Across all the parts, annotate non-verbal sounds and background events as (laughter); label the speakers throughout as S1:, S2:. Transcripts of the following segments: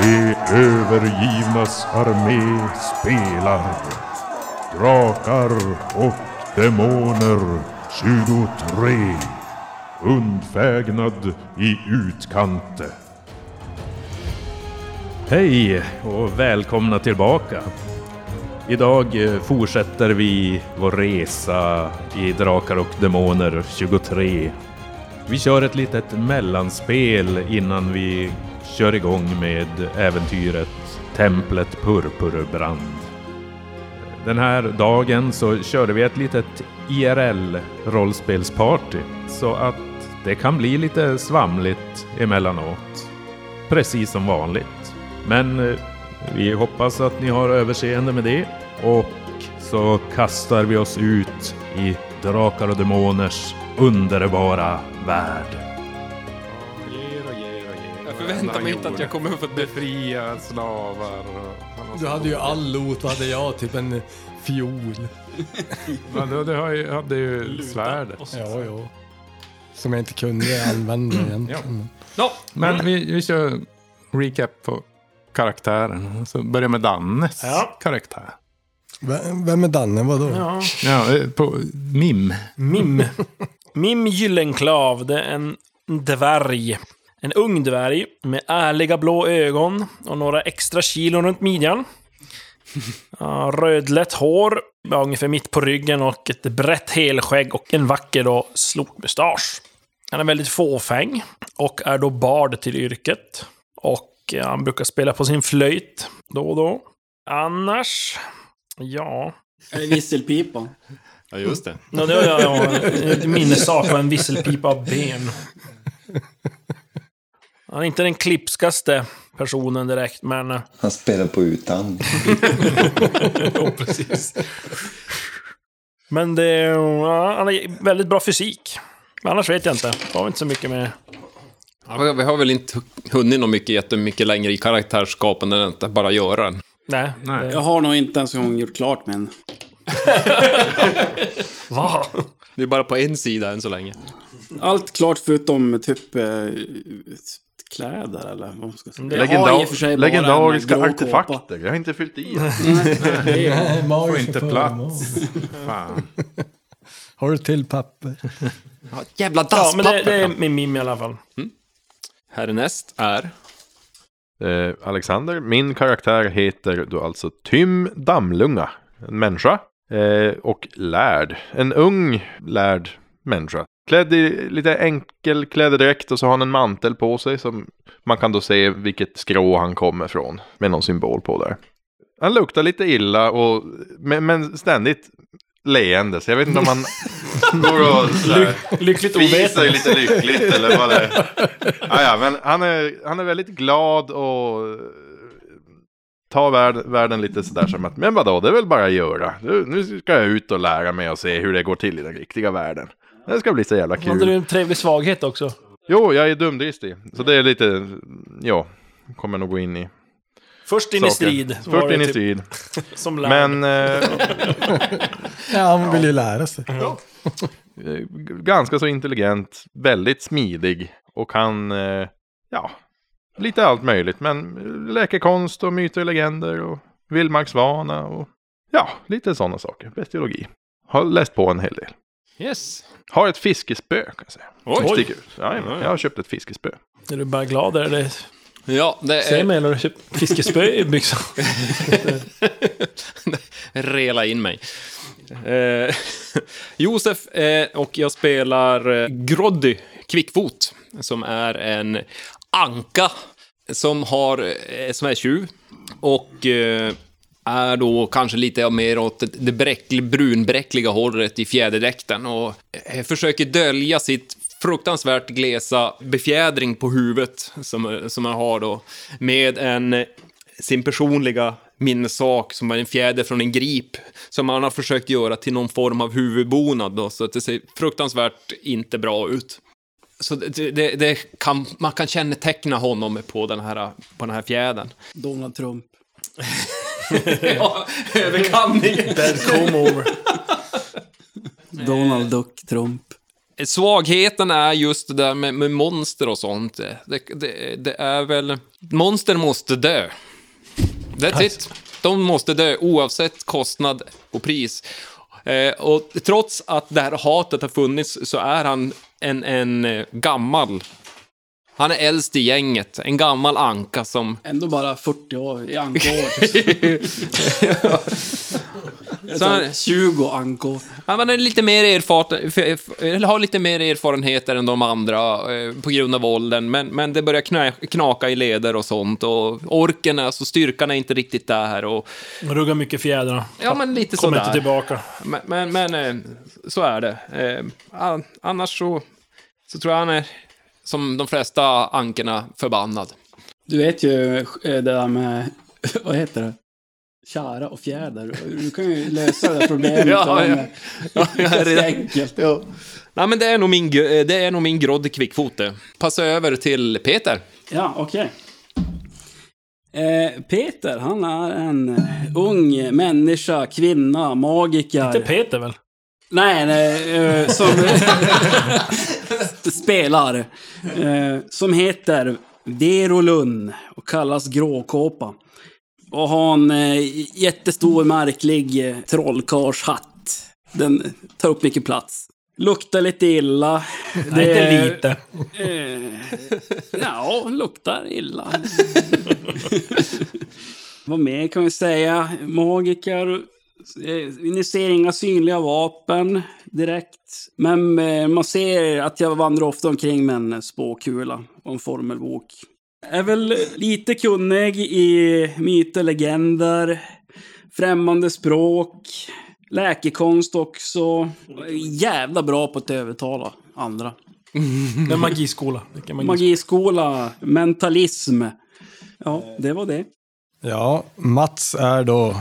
S1: De övergivnas armé spelar. Drakar och demoner 23. Undfägnad i utkante.
S2: Hej och välkomna tillbaka. Idag eh, fortsätter vi vår resa i Drakar och Demoner 23. Vi kör ett litet mellanspel innan vi kör igång med äventyret Templet Purpurbrand. Den här dagen så körde vi ett litet IRL-rollspelsparty så att det kan bli lite svamligt emellanåt precis som vanligt. Men eh, vi hoppas att ni har överseende med det. Och så kastar vi oss ut i Drakar och Demoners underbara värld.
S3: Jag förväntar mig inte att jag kommer få befria slavar och...
S4: Du hade ju all lot, vad hade jag? Typ en fiol.
S3: Men du, du har ju- hade ju svärdet.
S4: Ja, ja. Som jag inte kunde använda
S2: Mm.
S4: egentligen.
S3: Nå, Men vi, vi kör recap på karaktären. Så börjar med Dannes karaktär.
S4: V- Vem är Danne? Vadå?
S5: Ja.
S3: Ja, eh, på Mim.
S5: Mim. Mim Gyllenklav, det är en dvärg. En ung dvärg med ärliga blå ögon och några extra kilon runt midjan. Ja, Rödlätt hår, ja, ungefär mitt på ryggen och ett brett helskägg och en vacker då slokmustasch. Han är väldigt fåfäng och är då bard till yrket. Och ja, han brukar spela på sin flöjt då och då. Annars, ja,
S6: Eller visselpipa.
S7: Ja, just det.
S5: Ja, det har jag. Ja, ett minnessak och en visselpipa av ben. Han är inte den klipskaste personen direkt, men... eh,
S8: Han spelar på utan.
S5: Men det, ja, han har väldigt bra fysik. Men annars vet jag inte. Det har inte så mycket med...
S7: Ja, vi har väl inte hunnit något mycket, jättemycket längre i karaktärsskapen än att bara göra den.
S5: Nej. Nej.
S6: Jag har nog inte ens en gång gjort klart med en.
S5: Va?
S7: Det är bara på en sida än så länge.
S6: Allt klart förutom typ eh, kläder eller vad man ska säga. Jag har i och för sig bara en
S9: legendariska
S6: grå kåpa.
S9: artefakter. Jag har inte fyllt i.
S4: Nej,
S2: Får
S4: magiska
S2: inte
S4: föremål.
S2: plats. Fan.
S4: (laughs) Har du till papper?
S7: Jävla
S5: Ja, men det, det är min mim i alla fall.
S7: Härnäst är...
S9: Eh, Alexander, min karaktär heter då alltså Tym Dammlunga. En människa. Eh, och lärd. En ung lärd människa. Klädd i lite enkel klädedräkt och så har han en mantel på sig som man kan då se vilket skrå han kommer från. Med någon symbol på där. Han luktar lite illa och men, men ständigt leende. Så jag vet inte om han (laughs) går och så här-
S5: Lyckligt
S9: Fiser
S5: ovetande.
S9: lite lyckligt eller vad det är. Ah, ja, men han är, han är väldigt glad och eh, tar värld, världen lite sådär som att men vadå, det är väl bara att göra. Nu nu ska jag ut och lära mig och se hur det går till i den riktiga världen. Det ska bli så jävla
S5: Hade du
S9: kul.
S5: en trevlig svaghet också?
S9: Jo, jag är dumdristig. Så det är lite, ja, kommer nog gå in i
S5: Först in i
S9: saker.
S5: strid. så var
S9: Först
S5: det
S9: in i
S5: typ
S9: strid.
S5: Som lärd.
S9: Men eh, (laughs)
S4: Ja, han vill ju lära sig.
S9: eh, ganska så intelligent, väldigt smidig och han, eh, ja, lite allt möjligt. Men eh, läker konst och myter och legender och vildmarksvana och ja, lite sådana saker. Bestiologi. Har läst på en hel del.
S7: Yes.
S9: Har ett fiskespö kan jag säga. Som
S7: Oj.
S9: sticker ut. Jajamän, jag har köpt ett fiskespö.
S5: Är du bara glad? Är det
S7: Ja, det
S5: säg
S7: är...
S5: mig, eller har du
S9: Eh.
S5: köpt fiskespö
S6: (laughs)
S5: i byxan?
S7: (laughs) Rela in mig. Eh, (laughs) Josef, eh, och jag spelar eh, Groddy Kvickfot, som är en anka som, har, eh, som är tjuv och eh, är då kanske lite mer åt det bräcklig, brunbräckliga hållet i fjäderdräkten och eh, försöker dölja sitt fruktansvärt glesa befjädring på huvudet som, som han har då med en eh, sin personliga minnesak som är en fjäder från en grip som han har försökt göra till någon form av huvudbonad då, så att det ser fruktansvärt inte bra ut. Så det, det, det kan, man kan känneteckna honom på den här, på den här fjädern.
S6: Donald Trump.
S7: (laughs) Ja, överkamningen.
S5: Bad comb over.
S6: Donald Duck Trump.
S7: Svagheten är just det där med, med monster och sånt. Det, det, det är väl... Monster måste dö. That's it. De måste dö oavsett kostnad och pris. Eh, och trots att det här hatet har funnits så är han en, en eh, gammal... Han är äldst i gänget. En gammal anka som...
S6: Ändå bara 40 år i ankaår.
S7: Så han,
S5: (laughs)
S6: 20 ankor.
S7: Ja, men han är lite mer erfaren, f- f- eller har lite mer erfarenheter än de andra eh, på grund av åldern, men, men det börjar knä, knaka i leder och sånt och orken, alltså styrkan är inte riktigt där och
S5: Ruggar mycket fjädrar.
S7: ja, men lite
S5: Kommer inte
S7: sådär.
S5: tillbaka.
S7: Men, men, men eh, så är det. Eh, an- Annars så, så tror jag han är, som de flesta ankerna, förbannad.
S6: Du vet ju eh, det där med, vad heter det? Kära och fjäder. Du kan ju lösa det där problemet.
S7: Ja,
S6: om-
S7: ja. Ja, jag är
S6: Ganska
S7: redan-
S6: enkelt. Ja.
S7: Nej, men det är nog min, gr- eh, det är nog min grodd kvickfot det. Passa över till Peter.
S6: Ja, okej. Eh, Peter, han är en eh, ung människa, kvinna, magiker.
S5: Inte Peter väl?
S6: Nej, nej, eh, som spelar. eh, Som heter Verolun och kallas Gråkåpa. Och har en eh, jättestor märklig eh, trollkarlshatt. Den tar upp mycket plats. Luktar lite illa.
S5: Nej, inte lite.
S6: Eh, ja, luktar illa. (laughs) Vad mer kan vi säga? Magiker. Eh, ni ser inga synliga vapen direkt. Men eh, man ser att jag vandrar ofta omkring med en spåkula och en formelbok. Är väl lite kunnig i myter, legender, främmande språk, läkekonst också. Jävla bra på att övertala andra.
S5: Det liksom- är magiskola. Vilken magiskola.
S6: Magiskola, mentalism. Ja, det var det.
S4: Ja, Mats är då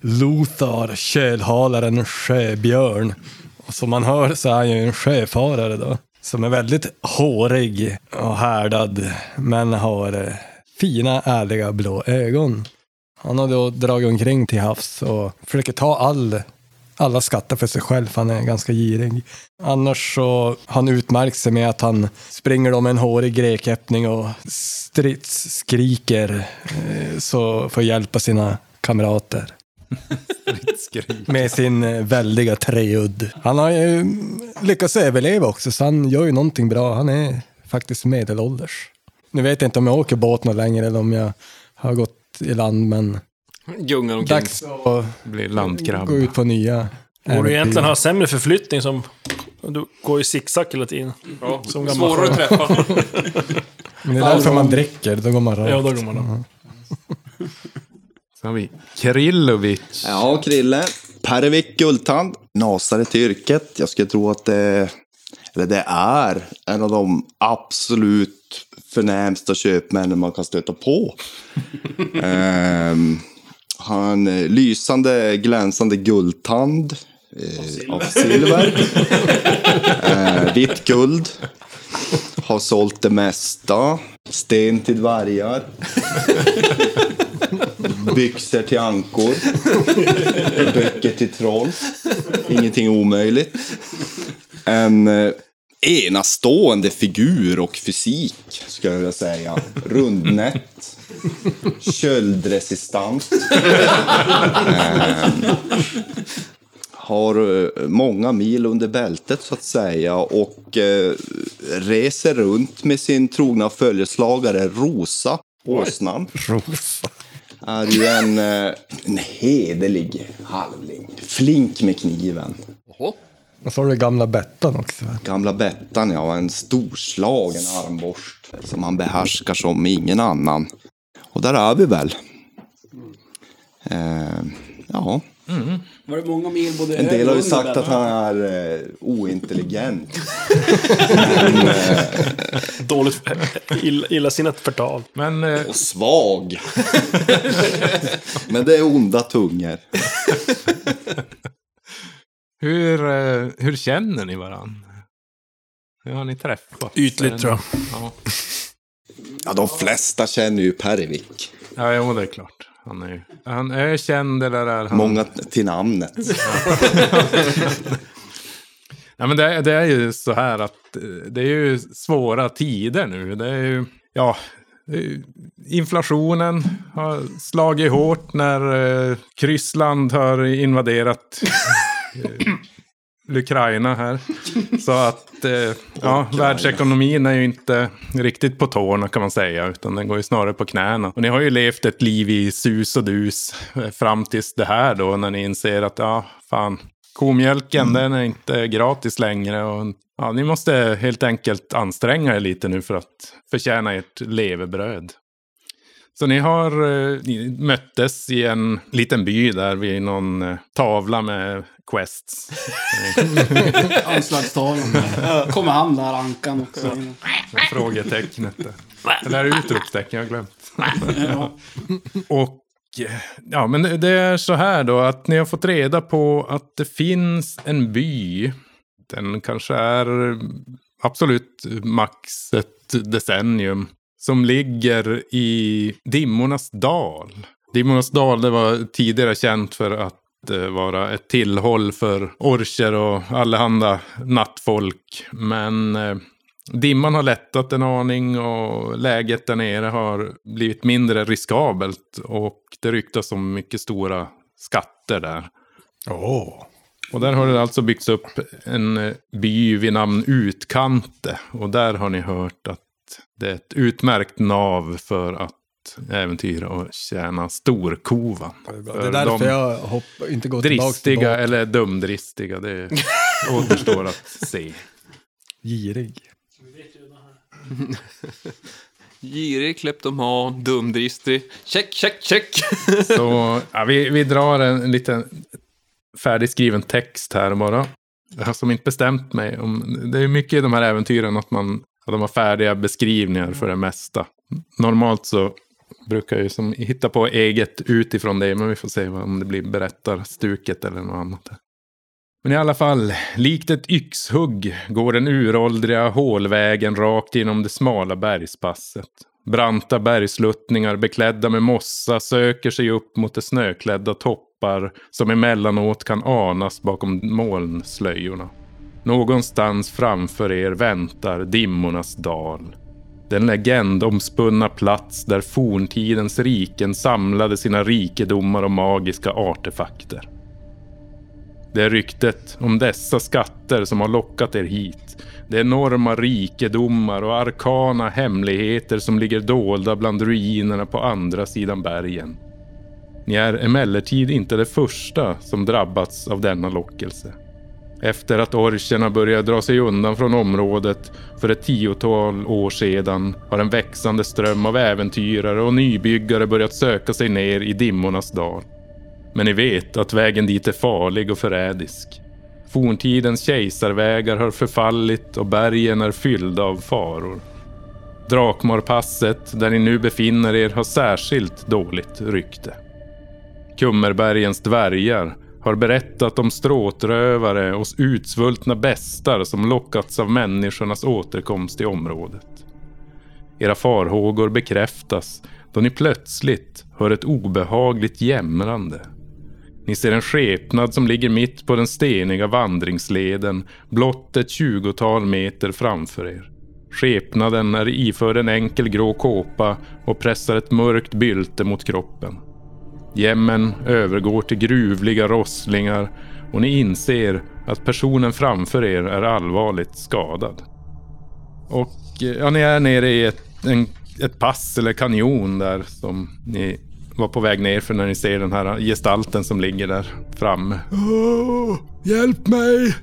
S4: Lothar, kölhalaren sjöbjörn. Och som man hör så är han ju en sjöfarare då. Som är väldigt hårig och härdad, men har eh, fina, ärliga blå ögon. Han har då dragit omkring till havs och försöker ta all, alla skatter för sig själv, för han är ganska girig. Annars så han utmärkt sig med att han springer om en hårig grekkäppning och stridsskriker eh, så för att hjälpa sina kamrater. Med sin eh, väldiga treudd. Han har ju lyckats överleva också, så han gör ju någonting bra. Han är faktiskt medelålders. Nu vet jag inte om jag åker båt något längre eller om jag har gått i land, men
S7: Djungeln omkring.
S4: dags att
S2: Blir landkrabb.
S4: gå ut på nya
S5: Borde du egentligen
S4: äventyr.
S5: ha sämre förflyttning som... Du går ju zigzag hela tiden.
S7: Ja,
S5: Som gammal
S7: svårare att träffa.
S4: Men det är därför man dricker, då går man rakt.
S5: Ja, då går man då.
S2: Sen har vi Krillovic.
S8: Ja, Krille. Pervik Guldtand. Nasare till yrket. Jag skulle tro att det, eller det är en av de absolut förnämsta köpmännen man kan stöta (laughs) på. Ehm, han eh, lysande, glänsande guldtand. Eh, av (laughs) silver. eh, vitt guld. Har sålt det mesta. Sten till (laughs) dvärgar. Byxor till ankor. Böcker till troll. Ingenting omöjligt. En eh, enastående figur och fysik, ska jag vilja säga. Rundnätt. Köldresistant. Ehm, har eh, många mil under bältet, så att säga. Och eh, reser runt med sin trogna följeslagare Rosa. Åsnan är ju en, eh, en hederlig halvling. Flink med kniven.
S4: Och så har du gamla Bettan också.
S8: Gamla Bettan, ja, en storslagen armborst som han behärskar som ingen annan. Och där är vi väl. Eh, ja,
S6: Mm. Var det många mil både
S8: en del har ju sagt att han är eh, ointelligent. Men, eh,
S5: Dåligt... Ill, illasinnat förtal.
S2: Men eh,
S8: och svag. (laughs) Men det är onda tungor.
S2: hur, eh, hur känner ni varann? Hur har ni träffat?
S5: Ytligt tror jag.
S8: Ja, de flesta känner ju Pervik.
S2: Ja, jo, det är klart. Han är ju... Han är känd eller är han...
S8: Många t- till namnet.
S2: Ja, men det, det är ju så här att eh, det är ju svåra tider nu. Det är ju, ja, det är ju- inflationen har slagit hårt när eh, Kryssland har invaderat eh, Ukraina här. Så att eh, ja, världsekonomin är ju inte riktigt på tårna kan man säga, utan den går ju snarare på knäna. Och ni har ju levt ett liv i sus och dus eh, fram tills det här då, när ni inser att ja, fan, komjölken den är inte gratis längre. Och, ja, ni måste helt enkelt anstränga er lite nu för att förtjäna ert levebröd. Så ni har eh, ni möttes i en liten by där vid någon eh, tavla med quests.
S6: (laughs) Anslagstavlan. där. Kommer han där, Ankan också.
S2: Frågetecknet. där. Eller är det utropstecken? Jag har glömt. Och eh, ja, men det- det är så här då att ni har fått reda på att det finns en by. Den kanske är absolut max ett decennium. Som ligger i Dimmornas dal. Dimmornas dal det var tidigare känt för att eh, vara ett tillhåll för orcher och allehanda nattfolk. Men eh, Dimman har lättat en aning och läget där nere har blivit mindre riskabelt. Och det ryktas om mycket stora skatter där. Och där har det alltså byggts upp en eh, by vid namn Utkante. Och där har ni hört att det är ett utmärkt nav för att äventyra och tjäna storkovan.
S4: Det är därför jag hopp, inte går tillbaka till
S2: Eh, Dristiga
S4: bak.
S2: eller dumdristiga, det återstår att se.
S4: Girig.
S7: Girig, kleptoman, dumdristig. Check, check, check!
S2: Så ja, vi, vi drar en liten färdigskriven text här bara. Jag har som inte bestämt mig. Om, det är mycket i de här äventyren att, man, att de har färdiga beskrivningar för det mesta. Normalt så brukar jag ju som hitta på eget utifrån det. Men vi får se vad- om det blir berättarstuket eller något annat. där. Men i alla fall, likt ett yxhugg går den uråldriga hålvägen rakt inom det smala bergspasset. Branta bergsluttningar beklädda med mossa söker sig upp mot de snöklädda toppar som emellanåt kan anas bakom molnslöjorna. Någonstans framför er väntar dimmornas dal. Den legendomspunna plats där forntidens riken samlade sina rikedomar och magiska artefakter. Det är ryktet om dessa skatter som har lockat er hit. Det är enorma rikedomar och arkana hemligheter som ligger dolda bland ruinerna på andra sidan bergen. Ni är emellertid inte det första som drabbats av denna lockelse. Efter att orcherna började dra sig undan från området för ett tiotal år sedan har en växande ström av äventyrare och nybyggare börjat söka sig ner i dimmornas dal. Men ni vet att vägen dit är farlig och förrädisk. Forntidens kejsarvägar har förfallit och bergen är fyllda av faror. Drakmarpasset, där ni nu befinner er, har särskilt dåligt rykte. Kummerbergens dvärgar har berättat om stråtrövare och utsvultna bestar som lockats av människornas återkomst i området. Era farhågor bekräftas då ni plötsligt hör ett obehagligt jämrande. Ni ser en skepnad som ligger mitt på den steniga vandringsleden blott ett tjugotal meter framför er. Skepnaden är iförd en enkel grå kåpa och pressar ett mörkt bylte mot kroppen. Jämmen övergår till gruvliga rosslingar och ni inser att personen framför er är allvarligt skadad. Och eh, ja, ni är nere i ett, en, ett pass eller kanjon där som ni var på väg ner för när ni ser den här gestalten som ligger där framme.
S4: hjälp mig!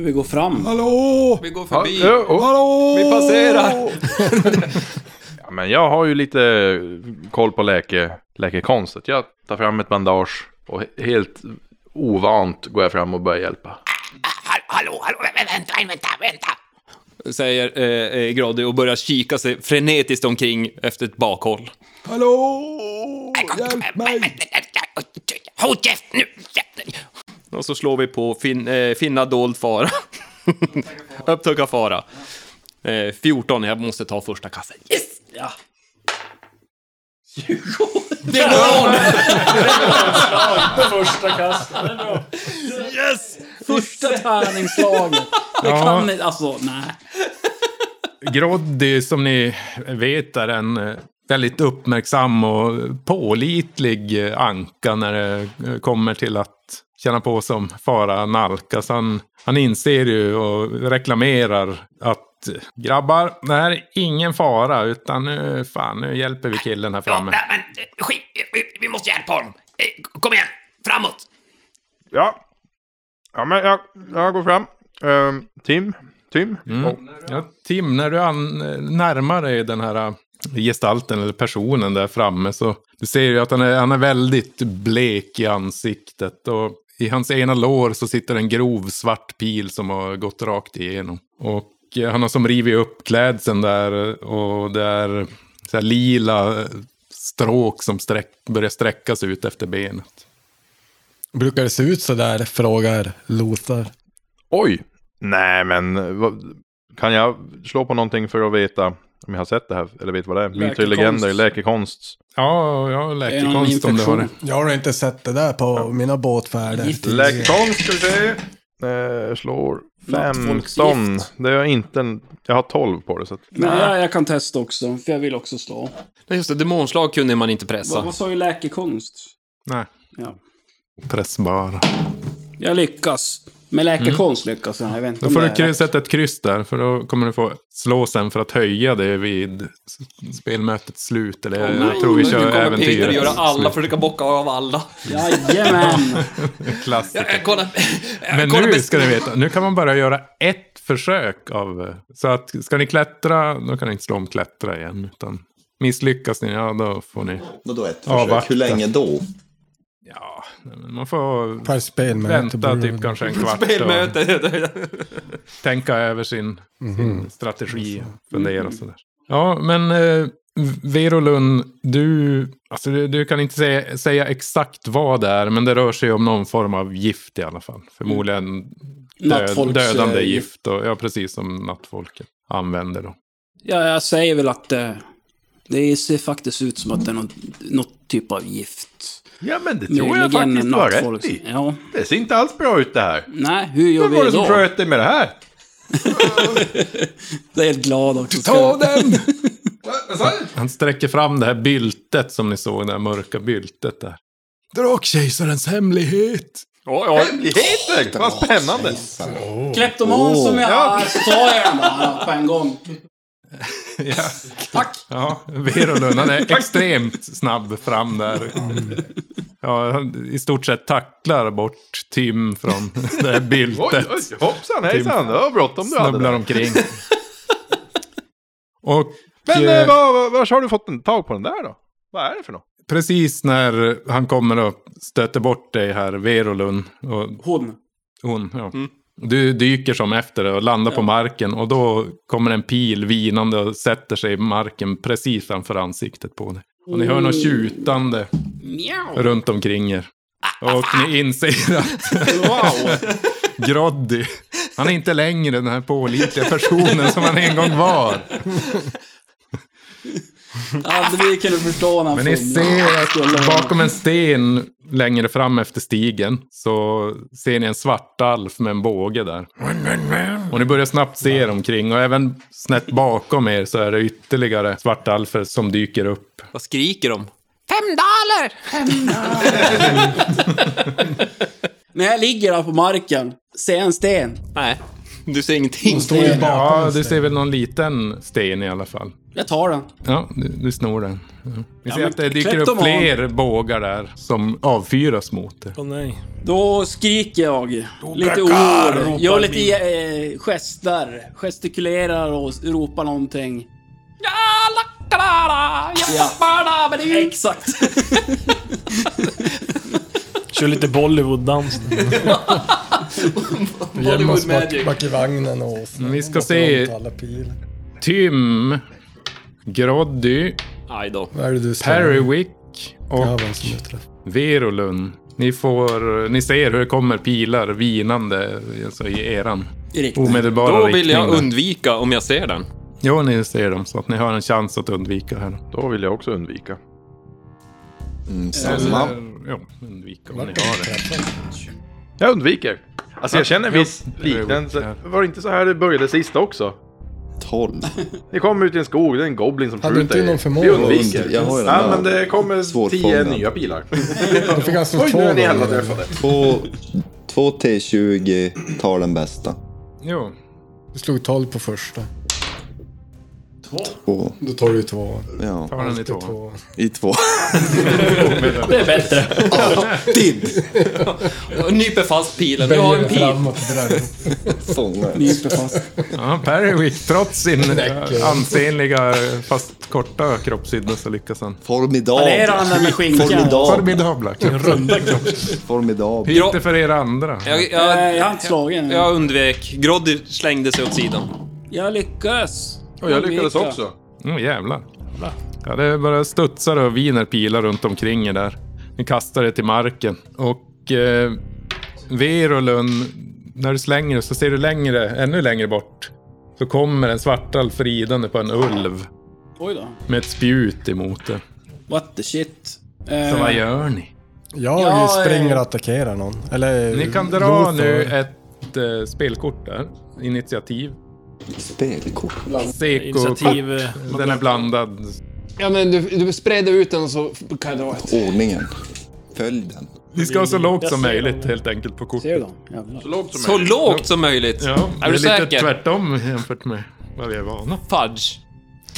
S6: Vi går fram.
S4: Hallå!
S7: Vi går
S9: Ja,
S7: förbi.
S9: ja, oh.
S4: Hallå!
S7: Vi passerar!
S9: (laughs) Ja, men jag har ju lite koll på läke, läkekonsten. Jag tar fram ett bandage och he- helt ovant går jag fram och börjar hjälpa.
S7: Säger eh, eh, Groddy och börjar kika sig frenetiskt omkring efter ett bakhåll.
S4: Hallå! Hjälp mig!
S7: Håll nu! Och så slår vi på fin, eh, finna dold fara. (laughs) Upptäcka fara. Eh, 14, jag måste ta första kassen. Yes! Ja. 20! Det går!
S5: Första kastet, det är bra.
S6: Första tärningsslaget. Jag
S2: Ja.
S6: kan alltså, nej.
S2: Groddy, som ni vet, är en eh, väldigt uppmärksam och pålitlig eh, anka när det eh, kommer till att känna på som fara nalkas. Han, han inser ju och reklamerar att eh, grabbar, det här är ingen fara, utan nu, fan, nu hjälper vi killen här framme.
S3: men eh, skit, vi, vi måste hjälpa honom. Eh, Kom igen, framåt!
S9: Ja. Ja, men jag, jag går fram. Ehm, Tim. Tim. Och,
S2: Ja, Tim, när du an, närmar dig den här äh, gestalten eller personen där framme så du ser ju att han är, han är väldigt blek i ansiktet och i hans ena lår så sitter en grov svart pil som har gått rakt igenom. Och eh, han har som rivit upp klädseln där och det är så här lila äh, stråk som sträck, börjar sträckas ut efter benet.
S4: Brukar det se ut så där? Frågar Lothar.
S9: oj. Nej, men eh, vad- kan jag slå på någonting för att veta om jag har sett det här eller vet vad det är? Myter,
S6: Läkekonst.
S9: legender, läkekonst.
S2: Ja, ja
S6: Det är någon
S2: läkekonst om du har det.
S6: infektion.
S4: Jag har inte sett det där på mina båtfärder.
S6: Gift.
S9: Läkekonst ska vi se. Eh, slår 15. Det är inte en, Jag har 12 på det. Så att,
S6: Men jag, jag kan testa också, för jag vill också slå.
S7: Nej, just det. Demonslag kunde man inte
S6: Vad,
S7: pressa.
S6: vad sa ju läkekonst?
S2: Nej.
S6: Ja.
S2: Pressbara.
S6: Jag lyckas. Med läkekonst lyckas jag. jag vet inte
S2: Då
S6: om
S2: får
S6: det
S2: du
S6: är
S2: kry-
S6: rätt.
S2: sätta ett kryss där, för då kommer du få slå sen för att höja det vid s- spelmötets slut. Eller jag tror vi
S7: Nu
S2: kör
S7: kommer Peter
S2: äventyret.
S7: göra alla, försöka bocka av alla.
S6: Jajamän!
S2: Klassiker.
S7: Jag kollar...
S2: Men
S7: eh, kolla
S2: nu
S7: bäst-
S2: ska ni veta, nu kan man bara göra ett försök av... Så att ska ni klättra, då kan ni inte slå om klättra igen. Utan misslyckas ni, ja då får ni...
S8: Vadå ett försök?
S2: Avvakta.
S8: Hur länge då?
S2: Ja, men man får
S4: Per spelmöte
S2: vänta
S4: beror-
S2: typ kanske en kvart. Och
S7: Spelmöte. (laughs)
S2: tänka över sin, sin strategi och fundera och sådär. Ja, men eh, Verolun, du, alltså, du, du kan inte säga, säga exakt vad det är, men det rör sig om någon form av gift i alla fall. Förmodligen död,
S6: Nattfolks,
S2: dödande
S6: eh,
S2: gift, och, ja, precis som nattfolket använder då.
S6: Ja, jag säger väl att eh, det ser faktiskt ut som att det är något, något typ av gift.
S9: ja, men det tror jag faktiskt du har rätt i.
S6: Ja.
S9: Det ser inte alls bra ut det här.
S6: Nej, hur gör
S9: Vem var
S6: vi
S9: det som
S6: då?
S9: sköt dig med det här?
S6: Jag är helt glad också.
S9: den!
S2: Han sträcker fram det här byltet som ni såg, det här mörka byltet där. Drakkejsarens hemlighet!
S9: Hemligheter! Vad spännande!
S6: Kleptoman som jag är så tar jag den bara på en gång.
S2: Ja.
S6: Tack!
S2: Ja, Verolund, han är extremt snabb fram där. Ja, han i stort sett tacklar bort Tim från (laughs) det här
S9: Oj,
S2: byltet.
S9: oj, hoppsan hejsan! Det var bråttom du hade.
S2: Snubblar
S9: där.
S2: omkring. Och
S9: Men
S2: eh,
S9: eh, vad, vad, vad har du fått en tag på den där då? Vad är det för något?
S2: precis när han kommer och stöter bort dig här, Verolund, och
S6: Hon.
S2: hon, ja. Du dyker som efter det och landar på marken och då kommer en pil vinande och sätter sig i marken precis framför ansiktet på dig. Och ni hör något tjutande runt omkring er. Och ni inser att Groddy, han är inte längre den här pålitliga personen som han en gång var.
S6: Hade vi kunnat förstå när han
S2: Men ni
S6: fumlar.
S2: ser
S6: Skulle-
S2: att bakom en sten längre fram efter stigen så ser ni en svart alf med en båge där. Och ni börjar snabbt se er omkring och även snett bakom er så är det ytterligare svartalfer som dyker upp.
S7: Vad skriker de?
S3: Fem daler!
S6: När jag ligger där på marken, ser jag en sten.
S7: Nej, du ser ingenting.
S4: Står ju bakom
S2: Ja,
S4: oss.
S2: du ser väl någon liten sten i alla fall.
S6: Jag tar den.
S2: Ja, du, du snor den. Ja. Ni ser
S6: men
S2: att det dyker
S6: kläck dem
S2: upp
S6: av.
S2: fler bågar där som avfyras mot er.
S5: Åh nej.
S6: Då skriker jag. Lite ord. Gör lite eh, gester. Gestikulerar och ropar någonting. Ja. Exakt.
S5: Kör
S6: (laughs)
S5: lite Bollywood-dans.
S4: Gömma oss
S7: Bollywood
S4: bak,
S7: Magic.
S4: bak i vagnen och åsnan.
S2: Vi ska
S4: Och
S2: se-
S4: runt alla pilar.
S2: Tim, Groddy,
S7: Aj då.
S4: Vad är det du sa?
S2: Perrywick och
S4: Ja, vem som uträtt.
S2: Verolun. Ni, får, ni ser hur det kommer pilar vinande alltså i eran
S6: I riktning.
S2: omedelbara
S7: Då
S2: riktning.
S7: vill jag
S2: där.
S7: undvika om jag ser den.
S2: Jo, ni ser dem, så att ni har en chans att undvika här.
S9: Då vill jag också undvika.
S8: Mm, samma.
S2: Eller, ja, undvika om ni har det.
S9: Jag undviker! Alltså jag känner en viss liknelse. Var det inte så här det började sist också?
S8: 12.
S9: Ni kommer ut i en skog, det är en goblin som
S4: Hade
S9: skjuter
S4: inte
S9: er.
S4: någon förmåga
S9: Vi
S4: att
S9: undviker.
S8: Jag har ju den
S9: Ja,
S8: där
S9: men det kommer tio
S8: svårfångad.
S9: nya pilar.
S4: Då fick han slå
S9: Oj,
S4: två
S9: nu är ni
S4: gånger.
S9: alla träffade.
S8: Två, två T20 tar den bästa.
S2: Jo.
S4: Du slog 12 på första.
S8: Två.
S4: Då tar du ju två.
S8: Ja,
S2: Tar den i två.
S4: två.
S2: (laughs)
S8: i två.
S5: Det är bättre.
S8: Alltid
S7: Nyper fast pilen. Du har en pil.
S4: Framåt drar den.
S8: fångad.
S2: Ja, Perrywick, trots
S7: (laughs)
S2: sin eh, ansenliga eh, fast korta kroppshydda så lyckas han.
S8: Formidabel.
S6: Ja, det är han
S8: (laughs)
S6: där med skinkan.
S8: Formidabel.
S2: Formidabla kropp.
S8: Formidabel.
S2: Inte för er andra.
S7: Jag,
S6: Nej,
S7: jag,
S6: Jag har inte slagit än.
S7: jag undvek. Groddy slängde sig åt sidan.
S6: Jag lyckas.
S9: Och jag lyckades
S6: Undvika.
S9: också.
S2: Mm, jävlar. Ja, det bara studsar och viner pilar runt omkring er där. Ni kastar det till marken. Och eh, Verolun, när du slänger det så ser du längre, ännu längre bort. Så kommer en svartalf ridande på en ulv
S6: Oj då.
S2: med ett spjut emot det.
S6: What the shit.
S2: Så
S6: Eh,
S2: vad gör ni?
S4: Jag
S6: Ja,
S4: springer
S6: eh.
S4: och attackerar någon. Eller
S2: Ni kan dra
S4: Lothar.
S2: nu ett eh, spelkort där. Initiativ.
S8: Spelkort.
S2: Seko-kort.
S5: Initiativ... eh,
S2: Den är blandad.
S10: Ja, men du, du spred ut den så kan jag dra ett.
S8: Ordningen. Följ den.
S2: Ni ska ha så lågt
S5: Jag
S2: som
S5: ser
S2: möjligt helt enkelt på kortet.
S6: Ser du dem? Jävlar.
S7: Så lågt som möjligt.
S2: Ja,
S7: är du
S2: det är lite
S7: säker?
S2: tvärtom jämfört med vad vi är vana.
S7: Fudge.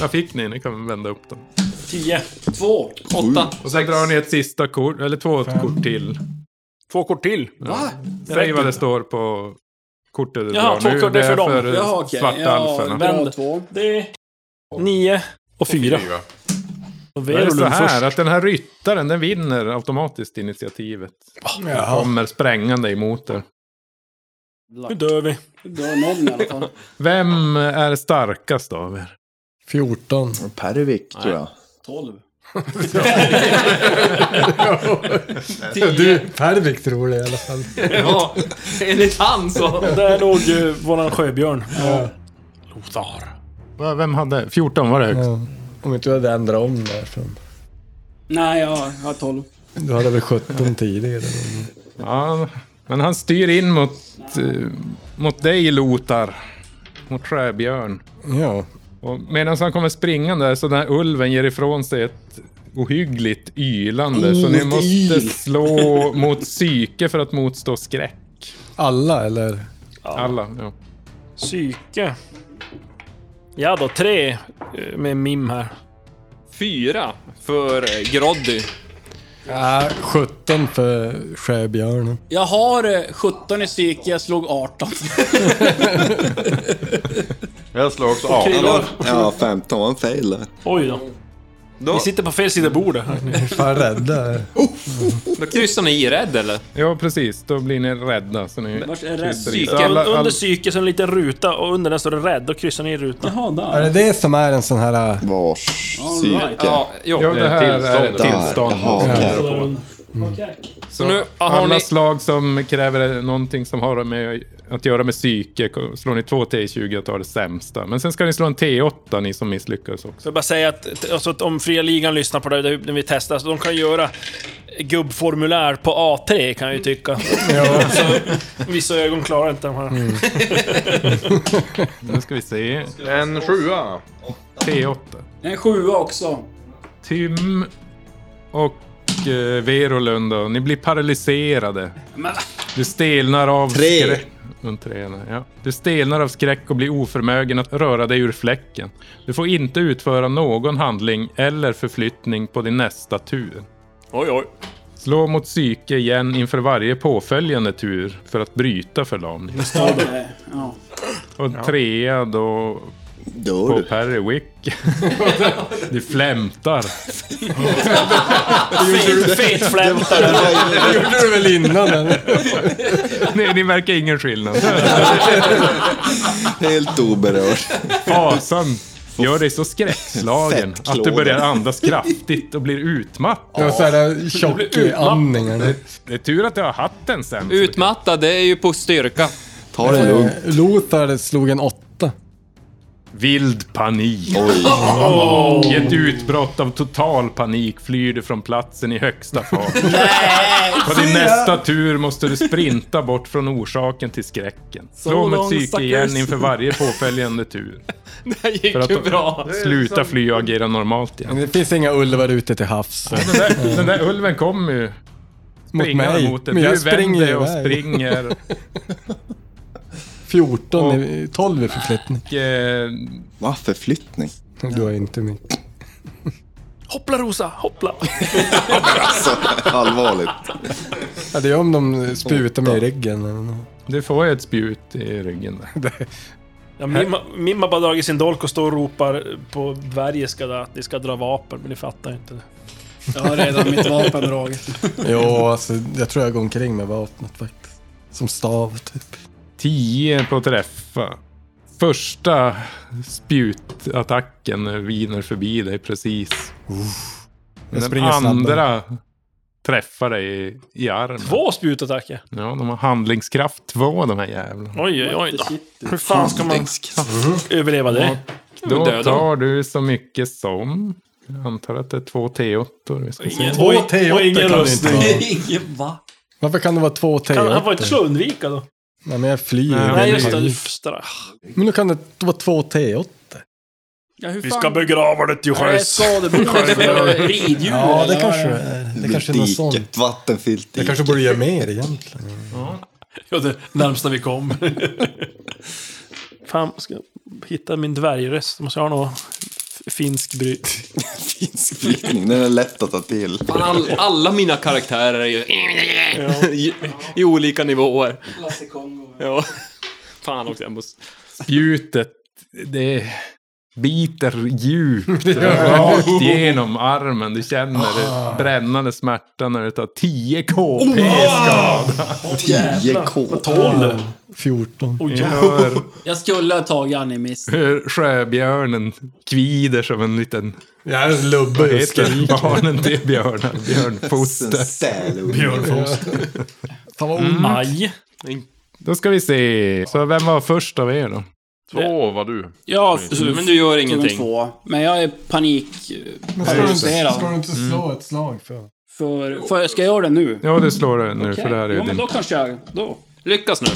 S2: Vad fick ni? Ni kan vända upp dem.
S6: Tio. Två.
S7: Åtta.
S2: Och sen drar ni ett sista kort, eller två kort till.
S5: Två kort till.
S2: Säg vad det står på kortet du
S5: Jaha,
S2: drar
S5: två
S2: nu.
S5: kort, det är för dem.
S6: Jaha, okej.
S2: svartalferna.
S6: Ja, dra
S5: Vänd.
S6: två.
S5: Det är nio och fyra. Och
S2: Då är det så
S5: Verolund
S2: här
S5: först.
S2: att den här ryttaren, den vinner automatiskt initiativet.
S4: Jaha.
S2: Kommer sprängande emot er.
S5: Nu dör vi.
S6: Då är någon i alla fall.
S2: Vem är starkast av er?
S4: 14.
S8: Pervik tror jag.
S6: Tolv.
S4: (laughs) Du, Pervik tror det i alla fall.
S7: Ja, (laughs) enligt han så.
S5: Det är nog eh, våran sjöbjörn.
S2: Va, Vem hade? 14 var det högst.
S4: Ja. Om inte du hade ändrat om där. Från.
S6: Nej, jag har jag har tolv.
S4: Du hade väl 17 tidigare.
S2: Ja, men han styr in mot, eh, mot dig Lotar. Mot Sjöbjörn.
S4: Ja.
S2: Och medan han kommer springande där så den här ulven ger ifrån sig ett ohyggligt ylande. så ni måste slå mot psyke för att motstå skräck.
S4: Alla eller?
S2: Alla. Ja.
S5: Psyke. Ja då, tre eh, med Mim här.
S7: Fyra för Groddy.
S4: Ja, 17 för sjöbjörnen.
S6: Jag har eh, 17 i psyke, jag slog 18.
S9: Jag slår också 18.
S8: Ja, 15 var en fail där.
S5: Oj då.
S7: Då,
S5: Vi sitter på fel sida bordet.
S6: Mm.
S4: Fan rädda.
S7: då kryssar ni i rädd eller?
S2: ja, precis. Då blir ni rädda. Så ni...
S6: Vart är rädd?
S2: Precis.
S7: Psyke.
S2: Alla- alla-
S5: Under psyke så är det en liten ruta och under den står det rädd. Då kryssar ni i rutan.
S6: Jaha,
S4: Är
S6: där.
S4: det det som är en sån här... äh,
S8: Vars psyke.
S7: Ja,
S2: Ja,
S7: jo.
S2: det här är
S9: Tillstånd.
S8: Där.
S2: tillstånd.
S8: Jaha, okej.
S4: Mm.
S7: Så nu har
S2: Alla
S7: ni...
S2: slag som kräver någonting som har med att göra med psyke slår ni två T20 och tar det sämsta. Men sen ska ni slå en T8 ni som misslyckades också.
S5: Så jag bara säga att, alltså, att om fria ligan lyssnar på det där när vi testar, så de kan göra gubbformulär på A3 kan jag ju (laughs) tycka.
S4: Mm. Ja. Mm.
S5: Vissa ögon klarar inte de här.
S2: Nu ska vi se.
S9: En sjua.
S2: T8.
S6: Det är en sjua också.
S2: Tim och eh, Verolund då. Ni blir paralyserade.
S6: Men
S2: Du stelnar av
S8: Tre.
S2: skräck. Mm, tre, nej, ja. Du stelnar av skräck och blir oförmögen att röra dig ur fläcken. Du får inte utföra någon handling eller förflyttning på din nästa tur.
S5: Oj, oj.
S2: Slå mot psyke igen inför varje påföljande tur för att bryta förlamning.
S6: vad är det? Ja.
S2: Och trea då
S8: Dör
S2: på
S8: du?
S2: (laughs) Perrywick. du flämtar.
S5: Fetflämtare.
S4: Det gjorde du väl innan eller?
S2: Ni, ni märker ingen skillnad.
S8: Helt oberörd.
S2: Fasan gör dig så skräckslagen att du
S8: Fettklåda.
S2: börjar andas kraftigt och blir utmattad.
S4: Det var såhär tjock i andningen.
S2: Det är tur att jag har hatten sen.
S7: Utmattad, det är ju på styrka.
S8: Ta det lugnt.
S4: Lothar slog en åtta.
S2: Vild panik. (laughs)
S8: Oj.
S2: Och I ett utbrott av total panik flyr du från platsen i högsta
S7: (laughs)
S2: fart. På din nästa tur måste du sprinta bort från orsaken till skräcken. Slå med
S7: lång,
S2: psyke igen
S7: stackars.
S2: inför varje påföljande tur.
S7: (laughs) Det här gick
S2: För att
S7: ju bra.
S2: (laughs) Sluta fly och agera normalt igen.
S4: Men det finns inga ulvar ute till havs.
S2: Den
S7: Mm.
S2: där, den där ulven kommer ju.
S4: Mot
S2: springa
S4: mig.
S2: Mot dig.
S4: Men
S2: du
S4: jag
S2: vänder
S4: springer
S2: dig och
S4: iväg.
S2: springer.
S4: 14, i- 12 i förflyttning. (laughs)
S2: Och, eh,
S8: Va, förflyttning?
S4: Du har inte mycket.
S5: Hoppla Rosa, hoppla!
S8: Alltså, allvarligt.
S4: Ja, det är om de sprutar mig i ryggen. eller något.
S2: du får ju ett spjut i ryggen där.
S5: Ja, Mimma, Mimma bara dragit sin dolk och står och ropar på dvärgiska där att ni ska dra vapen, men ni fattar inte. det.
S6: Jag har redan mitt vapen draget.
S4: Jo, alltså, jag tror jag går omkring med vapnet faktiskt. Som stav, typ.
S2: 10 på träffa. Första spjutattacken viner förbi dig precis.
S4: Jag
S2: Den
S4: springer snabbare.
S2: andra träffar dig i, i armen.
S5: Två spjutattacker!
S2: Ja, de har handlingskraft två de här jävlarna.
S5: Oj, oj, oj. Hur fan ska man Mm-hmm. överleva det?
S2: Då
S7: döda
S2: tar du så mycket som... Jag antar att det är två T8. Vi ska se.
S5: Oj,
S4: T8
S5: och ingen
S4: kan det
S5: rustning.
S4: inte vara.
S6: Ingen va?
S4: Varför kan det vara två
S5: Kan, (laughs) han får inte
S4: T8?
S5: slå undvika då.
S4: Nej, men jag flyr.
S5: Nej, just det. Du straff.
S4: Men nu kan det vara två T8.
S6: Ja, hur
S5: Vi
S6: fan-
S5: ska begrava det till
S6: Är det ett
S5: sjöss.
S6: skadebonus för riddjur?
S4: Ja, det
S6: eller?
S4: kanske det är. Det kanske är något sånt.
S8: Diket, vattenfilt
S4: Jag kanske borde göra mer egentligen.
S5: Ja, det närmsta vi kom. (laughs) Fan, ska jag hitta min dvärgröst. Måste jag ha någon finsk bryt?
S8: Finsk flyttning, den är lätt att ta till.
S7: Fan, All, alla mina karaktärer är ju i, (laughs) i olika nivåer.
S6: Lasse Kongo.
S7: Ja. Fan också, jag måste...
S2: Spjutet, det biter
S4: (laughs)
S2: djupt rakt genom armen. Du
S4: Ah.
S2: känner brännande smärta när du tar 10 KP.
S8: 10K.
S4: 14.
S2: Du hör
S6: Jag skulle ha tagit animist.
S4: Oh!
S2: hur sjöbjörnen kvider som en liten...
S4: Jag är en lubbe
S2: Vad heter det?
S4: (laughs)
S2: barnen till björnen? Björnfoster.
S4: Fan vad ont.
S5: Aj!
S2: Då ska vi se. Så vem var först av er då?
S9: Två var du.
S6: Ja,
S7: Men du gör ingenting.
S6: Två. Men jag är panik...
S4: Men ska du, inte,
S6: Paralyserad.
S4: ska du inte slå ett slag för?
S6: För, för ska jag göra det nu?
S2: Ja, det slår du nu
S6: Okej.
S2: för det här är ju
S6: ja, men
S2: din.
S6: då kanske jag... Då.
S7: Lyckas nu.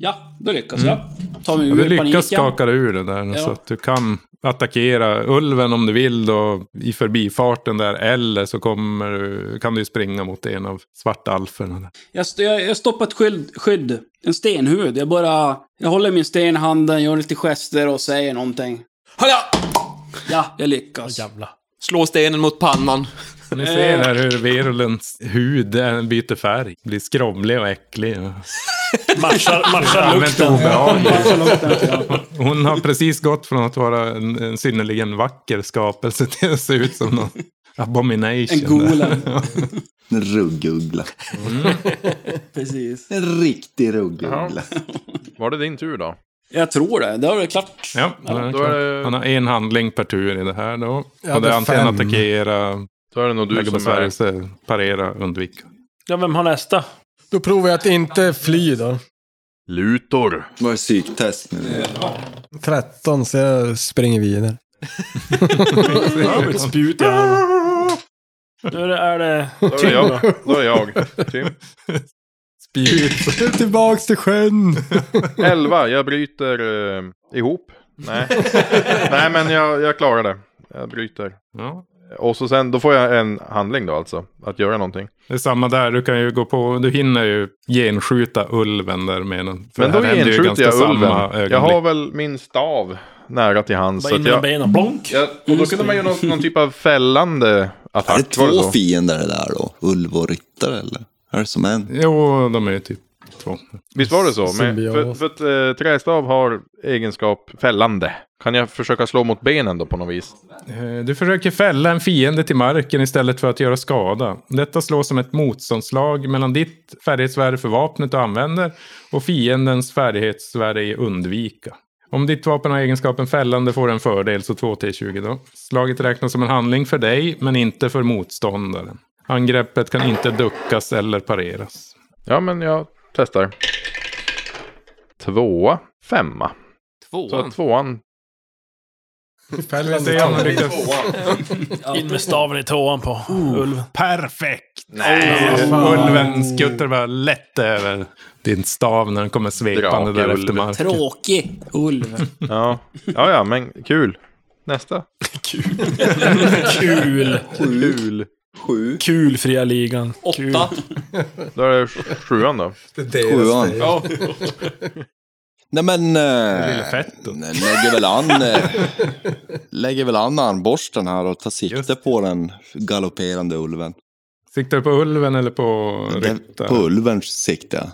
S6: Ja, då lyckas jag. Ta mig ur
S2: Du Mm. lyckas
S6: paniken.
S2: skaka dig ur det där så
S6: Ja.
S2: att du kan attackera ulven om du vill då i förbifarten där. Eller så kommer, du- kan du ju springa mot en av svartalferna. där.
S6: Jag, st- jag, jag stoppar ett skydd, skydd. En stenhud. Jag bara... Jag håller min sten i handen, gör lite gester och säger någonting.
S7: Hallå!
S6: Ja, jag lyckas.
S7: Slå stenen mot pannan.
S2: Ni
S6: Eh.
S2: ser där hur virulens hud eh, byter färg. Blir skrovlig och äcklig. och
S5: (laughs) Matchar, matchar
S2: Allmänt
S5: lukten.
S2: obehaglig.
S6: Så långt är det, ja.
S2: Hon har precis gått från att vara en, en synnerligen vacker skapelse till att se ut som
S6: (laughs)
S2: någon abomination.
S6: En golem.
S8: En rugguggla.
S6: Precis.
S8: En riktig rugguggla.
S9: Var det din tur då?
S6: Jag tror det. Då är det klart.
S2: Ja, det är
S9: då
S2: klart.
S9: är det-
S2: Han har en handling per tur i det här då.
S4: Jag
S2: och det är
S4: hade
S2: antingen
S4: fem.
S2: attackera,
S9: Då är det nog du
S2: lägga
S9: som är...
S2: besvärjelse, parera, undvika.
S5: Ja, vem har nästa?
S4: Då provar jag att inte fly då.
S9: Lutor.
S8: Var det psyktest nu?
S4: 13, så jag springer vidare.
S5: Ett spjut i armen. Nu är det- är det...
S9: Då är det jag. Då är det jag. Tim.
S4: Tillbaks till sjön!
S9: Elva, jag bryter eh, ihop. Nej, (laughs) Nej men jag, jag klarar det. Jag bryter.
S2: Ja.
S9: Och så sen, då får jag en handling då alltså. Att göra någonting.
S2: Det är samma där, du kan ju gå på, du hinner ju genskjuta ulven där med den. För
S9: Men då
S2: det här händer ju
S9: genskjuter
S2: ganska
S9: jag
S2: samma
S9: ulven. Jag
S2: ögonblick.
S9: har väl min stav nära till hands.
S5: Bara
S9: Så
S5: in
S9: att
S5: med
S9: jag,
S5: benen. Blonk!
S9: jag, och då kunde man göra någon, någon typ (laughs) av fällande
S8: Är det
S9: attack. var
S8: två
S9: så?
S8: fiender det där då? Ulv och ryttare eller? Är det som en?
S2: Jo, de är ju typ två.
S9: Visst var det så? Men
S4: Symbios.
S9: för, för att eh, trästav har egenskap fällande. Kan jag försöka slå mot benen då på något vis?
S2: Eh, Du försöker fälla en fiende till marken istället för att göra skada. Detta slås som ett motståndslag mellan ditt färdighetsvärde för vapnet du använder och fiendens färdighetsvärde i undvika. Om ditt vapen har egenskapen fällande får du en fördel, så 2T20 då. Slaget räknas som en handling för dig, men inte för motståndaren. Angreppet kan inte duckas eller pareras.
S9: Ja, men jag testar. Tvåa, femma. Så
S7: Tvåan.
S9: tvåan
S4: Fällande
S2: Vi ser om han
S4: tång.
S2: lyckas.
S5: In med staven i tåan på Ulv.
S2: Perfekt! Nej, Ulven skuttar bara lätt över din stav när den kommer svepande
S9: Drake,
S2: där efter
S9: ulven.
S2: marken.
S6: Tråkig ulv.
S9: Ja. ja, ja, men kul. Nästa.
S5: Kul!
S9: Kul.
S8: Sju.
S5: Kul, fria ligan.
S7: Åtta.
S9: Då är det sj- sjuan då.
S8: Sjuan.
S9: Ja.
S8: (laughs) Nej men...
S2: Lille
S8: Eh,
S2: Fetto.
S8: lägger väl an... Eh, lägger väl an armborsten här och tar sikte
S2: Just det.
S8: på den galopperande ulven.
S2: Siktar du på ulven eller på
S8: Det,
S2: ryttaren?
S8: på ulvens sikte.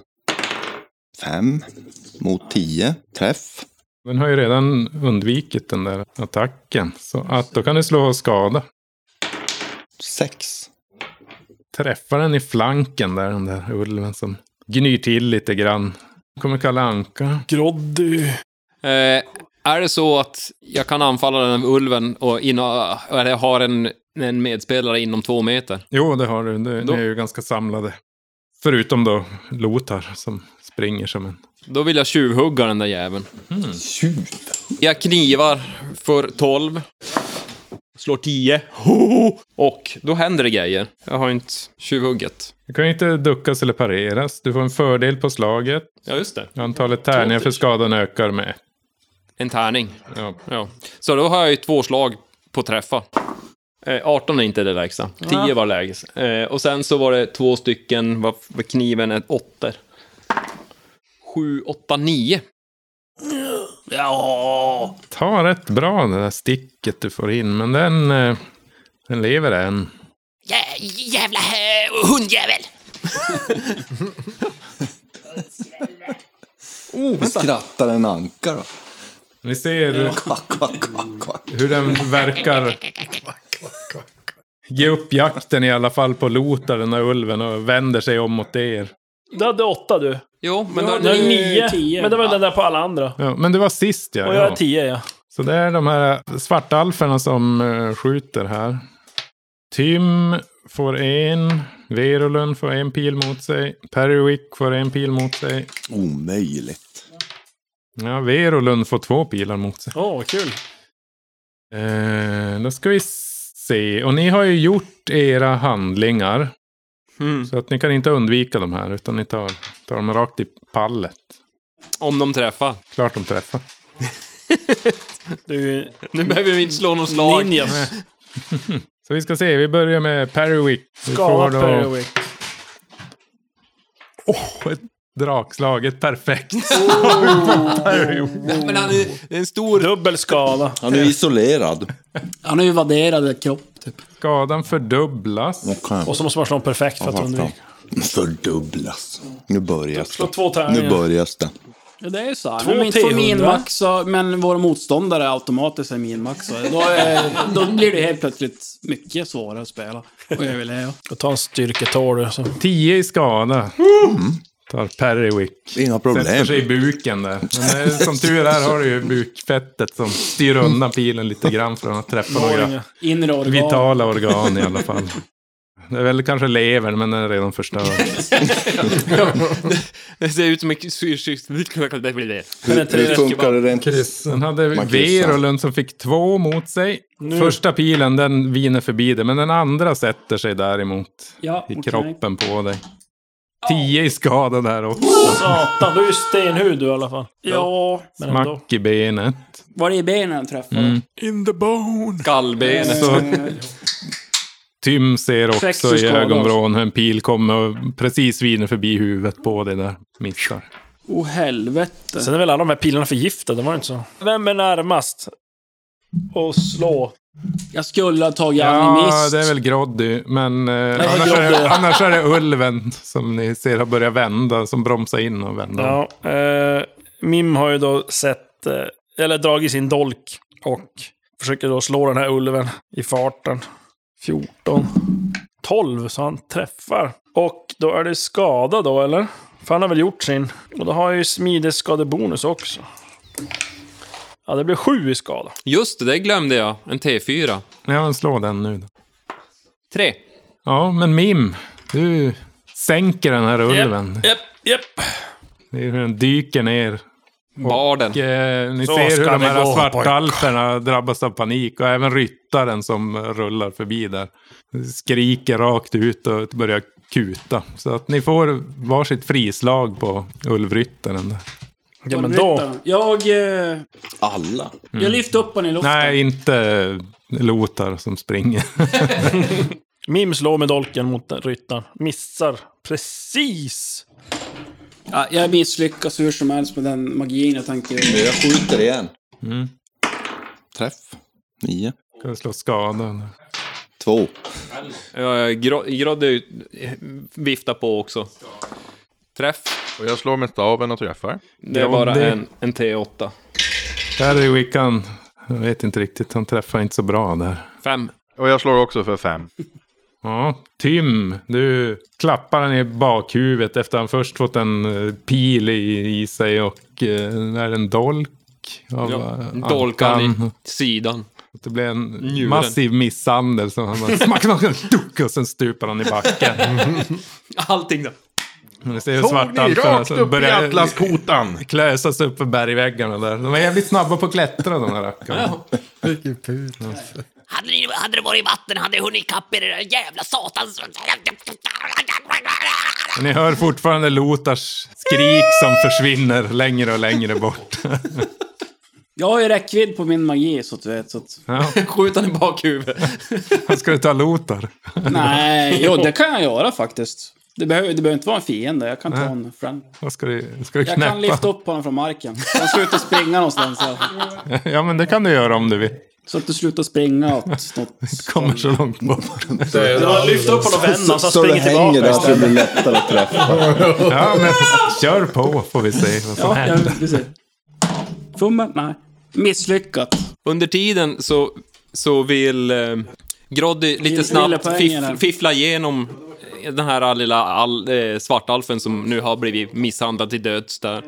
S8: Fem mot tio. Träff.
S2: Den har ju redan undvikit den där attacken. Så att då kan du slå och skada.
S8: Sex.
S2: Träffar den i flanken där, den där ulven som gnyr till lite grann. Kommer Kalle Anka.
S5: Groddy.
S7: Eh, är det så att jag kan anfalla den här ulven och in, eller jag har en, en medspelare inom två meter?
S2: Jo, det har du. du
S7: Då-
S2: Ni är ju ganska samlade. Förutom då Lotar som springer som en...
S7: Då vill jag tjuvhugga den där jäveln.
S8: Tjuv.
S7: Jag knivar för 12. Slår 10. Och då händer det grejer. Jag har inte tjuvhugget.
S2: Du kan ju inte duckas eller pareras. Du får en fördel på slaget.
S7: Ja, just det.
S2: Antalet tärningar för skadan ökar med ett.
S7: En tärning.
S2: Ja.
S7: Ja. Så då har jag ju två slag på träffa. Eh, 18 är inte det lägsta. 10 var lägst. Eh, och sen så var det två stycken, vad vad kniven är åttor. 7, 8, 9.
S5: Ja.
S2: Ta rätt bra det där sticket du får in, men den, eh, den lever än.
S3: Jä, jävla eh, hundjävel!
S8: Skrattar en anka då.
S2: Ni ser
S8: Kvack, kvack, kvack, kvack.
S2: hur den verkar ge upp jakten i alla fall på Lotar, den där ulven, och vänder sig om mot er.
S5: Du hade åtta du.
S7: Jo, men
S5: Du
S7: då,
S5: hade nio.
S6: tio.
S5: Men det var den där på alla andra.
S2: Ja, men det var sist ja.
S5: Och jag är
S2: ja.
S5: tio, ja.
S2: Så det är de här svartalferna som eh, skjuter här. Tim får en, Verolun får en pil mot sig, Perwick får en pil mot sig.
S8: Omöjligt.
S2: Ja, Verolun får två pilar mot sig.
S5: Åh, vad kul.
S2: Eh, då ska vi se. Och ni har ju gjort era handlingar.
S7: Mm.
S2: Så att ni kan inte undvika de här. Utan ni tar, tar dem rakt i pallet.
S7: om de träffar.
S2: Klart de träffar.
S5: Du är ju
S7: Nu behöver vi inte slå någon slag.
S5: ninjas.
S2: Så vi ska se. Vi börjar med Perwick. Vi får
S5: Skada
S2: då
S5: Perwick.
S2: ett drakslag. Ett perfekt.
S7: Men han är det är en stor...
S5: Dubbel skada.
S8: Han är isolerad.
S6: Han har ju vadderad kropp, typ.
S2: Skadan fördubblas.
S8: Okej.
S5: Och så måste man slå en perfekt för att undvika.
S8: Fördubblas. Nu börjar
S5: Slå
S8: det.
S5: två
S8: Nu
S5: tärningar.
S8: börjar det.
S6: Ja, det är ju så. här.
S5: Två
S6: Om vi inte får
S5: T100.
S6: minmaxa, men vår motståndare automatiskt är minmaxade, då, är- då blir det helt plötsligt mycket svårare att spela. Och jag vill det, ja.
S5: Och Ta en styrketår du. Så.
S2: 10 i skada. Tar Perwick.
S8: Inga
S2: Sätter
S8: problem.
S2: sig i buken där. Men eh, som tur är har du ju bukfettet som styr undan pilen lite grann från att träffa några
S5: Åringar.
S6: Inre organ.
S2: Vitala organ i alla fall. Det är väl kanske levern, men den är redan förstörd.
S7: Det ser ut som en... Hur
S8: Hur, hur funkar det rent?
S2: Sen hade vi
S8: Man kryssar.
S2: Verolund som fick två mot sig. Första pilen, den viner förbi dig, men den andra sätter sig däremot
S6: Ja,
S2: i
S6: okej.
S2: kroppen på dig. Tio i skada där också.
S5: Satan, du är ju stenhud du i alla fall.
S6: Ja.
S5: Men ändå.
S2: Mack i benet.
S6: Var det i benen han träffade?
S2: Mm.
S7: Skallbenet.
S6: Eh,
S2: Så Tim ser
S6: Sex
S2: också
S6: i
S2: i
S6: skada.
S2: ögonvrån hur en pil kommer och precis viner förbi huvudet på dig där. Missar.
S6: Oh, helvete.
S5: Sen är väl alla de här pilarna förgiftade, var det inte så? Vem är närmast? Och slå.
S6: Jag skulle ha tagit
S2: Ja,
S6: animist.
S2: det är väl Groddy, men eh,
S5: det är
S2: annars, är
S5: Groddy.
S2: det, annars är det Ulven som ni ser har börjat vända, som bromsar in och vänder. om.
S5: Ja, eh, Mim har ju då sett, eh, eller dragit sin dolk och försöker då slå den här ulven i farten. 14. 12, så han träffar. Och då är det skada då, eller? För han har väl gjort sin. Och då har jag ju smidesskadebonus också. Ja, det blir sju i skada.
S7: Just det, det glömde jag. En T4.
S2: Ja, men slå den nu då.
S7: Tre.
S2: Ja, men Mim, du sänker den här ulven.
S5: Japp, japp.
S2: Det är hur den dyker ner
S7: Barden.
S2: Och, eh, ni
S7: Så
S2: ser hur
S7: ska
S2: de
S7: det
S2: här
S7: gå,
S2: svartalferna drabbas av panik. Och även ryttaren som rullar förbi där. Skriker rakt ut och börjar kuta. Så att ni får varsitt frislag på ulvryttaren. där.
S5: Ja, men då.
S6: Jag... Eh,
S8: Alla? Mm.
S6: Jag lyfter upp honom i luften.
S2: Nej, inte Lotar som springer.
S5: Mim slår med dolken mot den ryttaren. Missar. Precis!
S6: Ja, jag misslyckas hur som helst med den magin jag tänker...
S8: Jag skjuter igen.
S2: Mm.
S8: Träff. Nio.
S2: Ska vi slå skadan?
S8: Två.
S7: Ja, Gro- Groddy viftar på också. Träff.
S9: Och jag slår med staven och träffar.
S7: Det är bara
S2: Groddy.
S7: en, en T8.
S2: Där är Wiccan. Jag vet inte riktigt, han träffar inte så bra där.
S7: Fem.
S9: Och jag slår också för fem.
S2: Ja, Tim, du klappar han i bakhuvudet efter han först fått en eh, pil i, i sig och eh, är en dolk. Av,
S7: Ja,
S2: eh,
S7: dolkan
S2: ankan.
S7: i sidan.
S2: Det blev en
S7: Njuren.
S2: massiv misshandel. Så han bara smack, smack, smack, duck, (laughs) och sen stupar han i backen.
S7: (laughs) Allting då.
S2: Men Ni ser hur
S9: Tog
S2: svartalferna
S9: rakt
S2: som
S9: upp i
S2: börjar
S9: atlaskotan!
S2: klösa sig upp för bergväggarna där. De var jävligt snabba på att klättra de här rackarna.
S4: Vilken put. alltså.
S3: Hade, ni, hade det varit i vatten hade jag hunnit ikapp er det där jävla satans...
S2: Men Ni hör fortfarande Lotars skrik som försvinner längre och längre bort.
S6: Jag har ju räckvidd på min magi, så att du vet. Så att...
S2: Ja,
S7: Skjut han i bakhuvudet.
S2: (laughs) ska du ta Lotar?
S6: Nej, jo,
S2: (laughs)
S6: det kan jag göra faktiskt. Det behöver, det behöver inte vara en fiende, jag kan ta en friend.
S2: Vad ska du, ska du
S6: Jag kan
S2: knäppa?
S6: lyfta upp honom från marken. Han slutar springa någonstans. så-
S2: Ja, men det kan du göra om du vill.
S6: Så att du slutar springa
S2: (laughs)
S6: åt något.
S2: Kommer så
S6: (laughs)
S2: långt bort.
S5: Lyft upp honom och vänd honom så han
S8: Så det
S5: springer
S8: hänger där
S5: tillbaka.
S8: så det blir lättare att träffa.
S2: Ja, men kör på får vi se vad som
S6: Ja, jag
S2: händer.
S6: precis. Fummel? Nej. Misslyckat.
S7: Under tiden så, så vill eh, Groddy lite
S6: Vill-
S7: snabbt
S6: vill poängen här.
S7: fiff, fiffla igenom eh, den här lilla all, eh, svartalfen som nu har blivit misshandlad till döds där.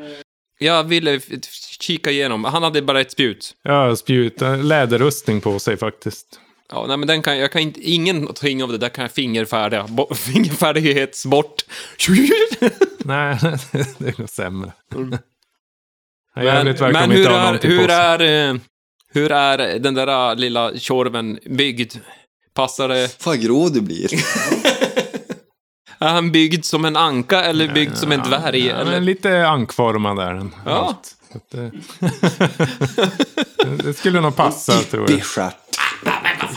S7: Jag ville f- f- kika igenom. Han hade bara ett spjut.
S2: Ja, spjuta läderrustning på sig faktiskt.
S7: Ja, nej, men den kan, jag kan inte, ingenting av det där kan jag fingerfärdiga. Bo, (laughs) fingerfärdighetsbort.
S2: Nej, (laughs) det går sämre.
S6: Mm.
S2: Men, Jävligt
S7: Men,
S2: verkar de
S7: men
S2: inte
S7: hur,
S2: ha
S7: är,
S2: någonting
S7: hur,
S2: på sig.
S7: är, eh, hur är den där eh, lilla tjorven byggd? Passar det...
S8: (laughs) Vad grå du blir.
S7: Är han byggd som en anka eller byggd som en dvärg?
S2: Ja,
S7: eller?
S2: men lite ankformad är den.
S7: Ja.
S2: Allt. Så att, eh, det skulle nog passa,
S6: Mm.
S2: tror jag.
S8: Bestjärt.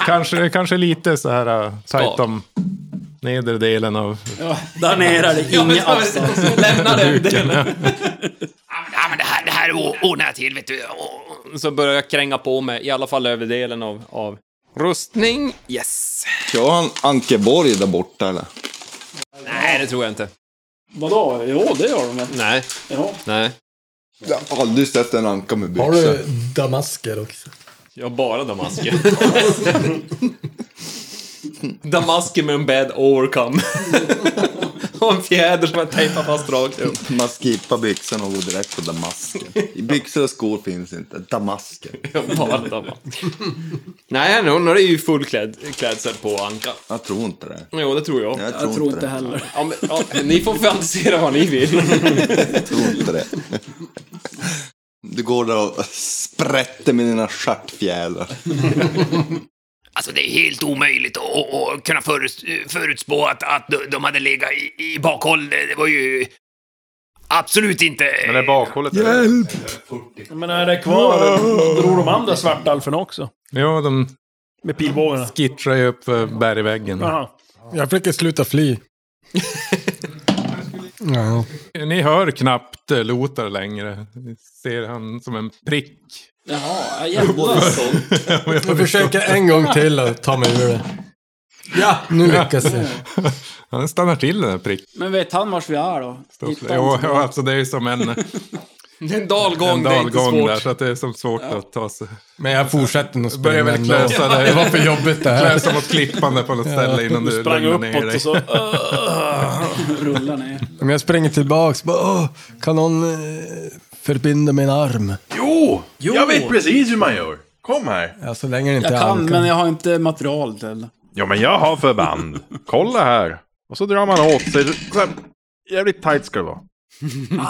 S2: Kanske, kanske lite så här eh, tajt
S7: Stav.
S2: om nedre delen av...
S6: Där nere är det inga avstånd.
S7: Lämna
S3: (laughs)
S7: den delen.
S3: Ja, men det här, det här o- ordnar jag till, vet du.
S7: Så börjar jag kränga på mig, i alla fall överdelen av, av rustning. Yes!
S8: Jag har en Ankeborg där borta eller?
S7: Nej, det tror jag inte.
S6: Vadå? Jo, det gör de väl?
S7: Nej,
S6: Ja.
S7: nej.
S8: Jag har aldrig sett en anka med
S4: Har
S8: byxor.
S4: du damasker också?
S7: Jag har bara (laughs) damasker. damasker med en bad overcome. (laughs) och en fjäder som jag tejpar fast rakt upp.
S8: Man skippar byxorna och går direkt på damasken. I byxor och skor finns inte. Damasken.
S7: Jag har bara damasker. Nej, hon hon är ju full kläd, klädsel på Anka.
S8: Jag tror inte det.
S7: Jo, det tror jag.
S6: Jag tror inte heller.
S7: Ja, men, ja, ni får fantisera vad ni vill.
S8: Jag tror inte det. Du går där och sprätter med dina stjärtfjädrar.
S3: Alltså, det är helt omöjligt att, att, att kunna föruts, förutspå att, att de- de hade legat i, i bakhåll. Det det var ju... Absolut inte...
S9: Men det (laughs) är bakhållet.
S5: Men är det kvar drog de andra svartalferna också?
S2: Ja, de
S5: Med pilbågarna?
S2: skittrar ju upp eh, bergväggen.
S5: Jaha.
S4: Jag försöker sluta (laughs) fly. ja.
S2: Ni hör knappt eh, Lotar längre. Ni ser han som en prick.
S6: Jaha, jävlar.
S4: Jag försöker en gång till att ta mig ur det. Ja, nu lyckas jag.
S2: Han stannar till den här pricken.
S6: Men vet han vars vi är då? Hittar han
S2: Jo,
S6: inte
S2: jo,
S6: bra?
S2: alltså det är ju
S6: (laughs)
S2: som en,
S7: (laughs) Det är en dalgång,
S2: en
S7: det är inte
S2: dalgång
S7: svårt.
S2: där. Så att det är som svårt att ta sig.
S4: Men jag fortsätter nog springa
S2: Börjar väl
S4: ändå.
S2: klösa där.
S4: äh, Det var för jobbigt det här.
S2: Klösa mot klippan där på något ställe innan du
S5: Sprang
S2: lugnar ner
S5: uppåt
S2: dig.
S5: och så...
S6: Rulla ner.
S4: Om jag springer tillbaks, bara, "Åh, kan någon eh, förbinda min arm?
S9: Jo! Jag vet precis hur man gör. Kom här.
S4: Ja, så länge det inte
S6: Jag
S4: är
S6: kan,
S4: ankan.
S6: men jag har inte material till det.
S9: Ja, men jag har förband. Kolla här. Och så drar man åt sig. Så här, Jävligt tight ska det vara.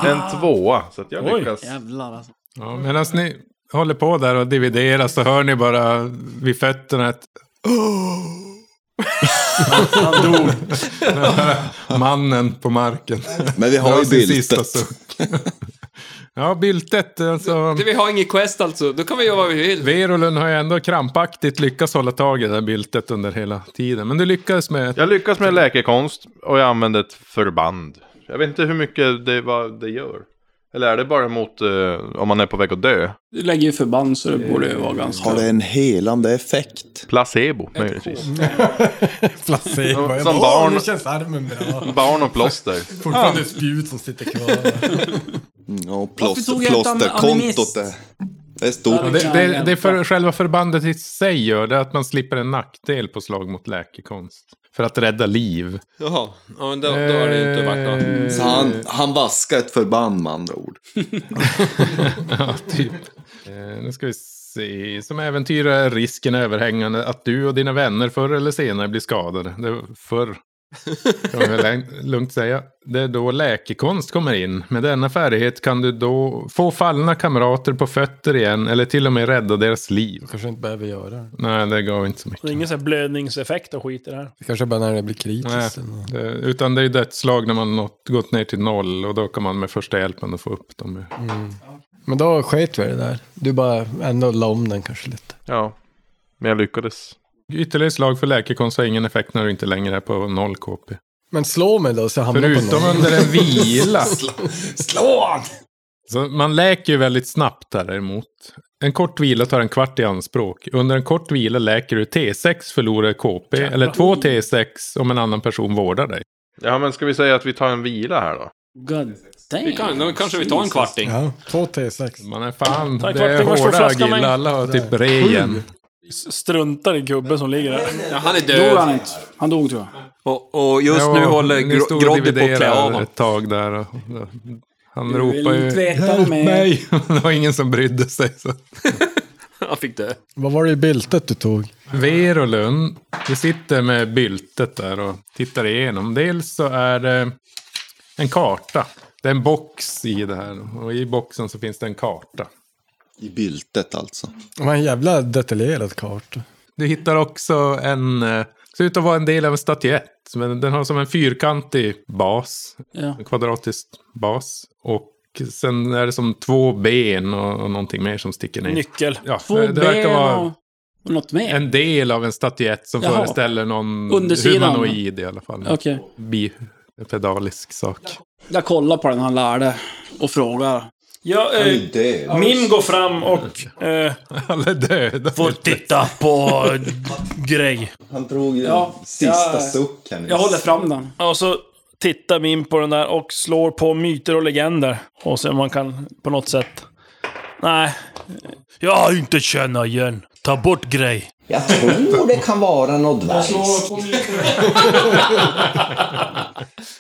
S9: En tvåa, så att jag
S5: Oj.
S9: lyckas.
S6: Jävlar alltså.
S2: Ja, Medan ni håller på där och dividerar så hör ni bara vid fötterna ett
S6: Han dog.
S2: (laughs) mannen
S6: (laughs)
S2: på marken.
S8: Men vi har
S2: Dra
S8: ju
S2: sin sista
S8: byltet.
S2: suck. ja, byltet. Alltså,
S7: Vi har ingen quest alltså, då kan vi göra vad vi vill.
S2: Verolun har ju ändå krampaktigt lyckats hålla tag i det där byltet under hela tiden. Men du lyckades med...
S9: Jag lyckas med läkekonst och jag använde ett förband. Jag vet inte hur mycket det, vad det gör. Eller är det bara mot eh, om man är på väg att dö?
S6: Du lägger ju förband så det borde ju vara
S8: Har
S6: ganska...
S8: det en helande effekt?
S9: Placebo möjligtvis.
S4: Placebo. Jag
S9: Som
S4: bara,
S9: barn.
S4: "Åh, Nu känns armen bra.
S9: Barn och plåster.
S4: Fortfarande spjut som sitter kvar.
S8: Ja,
S6: tog
S8: plåster,
S6: jag inte an-
S8: plåsterkontot
S6: animist?
S8: det. Det är stort.
S2: Det, det, det är för själva förbandet i sig gör det att man slipper en nackdel på slag mot läkekonst. För att rädda liv.
S7: Jaha, ja, men då, då har det inte varit något.
S8: Så han, han vaskar ett förband med andra ord.
S2: Ja, typ. Eh, nu ska vi se. Som äventyrare är risken överhängande att du och dina vänner förr eller senare blir skadade. Det var förr. Kan man väl lä- (laughs) lugnt säga. Det är då läkekonst kommer in. Med denna färdighet kan du då få fallna kamrater på fötter igen eller till och med rädda deras liv.
S4: Kanske inte behöver göra det.
S2: Nej, det gav inte så mycket.
S5: Det är ingen sån här blödningseffekt och skit i det här.
S4: Det Kanske bara när det blir
S2: Nej,
S4: kritiskt. eller något.
S2: det, utan det är ju dödsslag när man nått, gått ner till noll och då kan man med första hjälpen då få upp dem.
S4: Men då sket vi det där. Du bara ändå la om den kanske lite.
S9: Ja, men jag lyckades.
S2: Ytterligare slag för läkekonst har ingen effekt när du inte längre är på noll KP.
S4: Men slå mig då så jag hamnar på
S2: Förutom
S4: noll.
S2: under en vila. Slå han! Så man läker ju väldigt snabbt däremot. En kort vila tar en kvart i anspråk. Under en kort vila läker du T6 förlorar KP eller två T6 om en annan person vårdar dig.
S9: Ja, men ska vi säga att vi tar en vila här då?
S6: God damn.
S7: Vi kan, då kanske vi tar en kvarting.
S4: Ja, två T6.
S2: Man är fan,
S5: Tack,
S2: det är
S5: Martin, varsågod,
S2: hårda
S5: flaska
S2: agil.
S5: mig.
S2: Alla har typ rejen.
S5: S- Struntar i gubben som ligger där.
S7: Ja, han är
S6: Dog han
S7: död.
S6: inte? Han dog tror jag.
S7: Och, och just nu
S2: Ja,
S7: håller
S2: ni stod
S7: Gro-
S2: och
S7: Groddy på att klä av
S2: dividerade
S7: honom. (laughs)
S2: ett tag där. Och, och, han ropar ju...
S6: Tvetar med...
S2: (laughs) Nej, det var ingen som brydde sig. Så.
S7: Han fick dö.
S4: Vad var det i bältet du tog?
S2: Verolund, du sitter med byltet där och tittar igenom. Dels så är det en karta. Det är en box i det här. Och i boxen så finns det en karta.
S8: I byltet alltså.
S4: Det var en jävla detaljerad karta.
S2: Du hittar också en... eh, Ser ut att vara en del av en statyett. Men den har som en fyrkantig bas.
S6: Ja.
S2: En kvadratisk bas. Och sen är det som två ben och, och någonting mer som sticker ner.
S5: Nyckel.
S2: Ja,
S6: Två
S2: det
S6: ben
S2: det verkar vara
S6: och... och något mer.
S2: en del av en statyett som
S6: Jaha.
S2: föreställer någon
S6: Undersidan.
S2: humanoid i alla fall.
S6: Okej.
S2: bipedalisk sak.
S6: Jag kollar på den han lärde och frågar.
S5: Ja, eh, Mim går fram och... Eh,
S2: Alla är döda.
S5: får titta på grej.
S8: Han drog ju
S6: Ja,
S8: en sista
S6: jag-
S8: suck här nyss.
S6: Jag håller fram den.
S5: Och så tittar Mim på den där och slår på myter och legender. Och se om man kan på något sätt... Nej. Jag har inte känna igen. Ta bort grej.
S3: Jag tror det kan vara något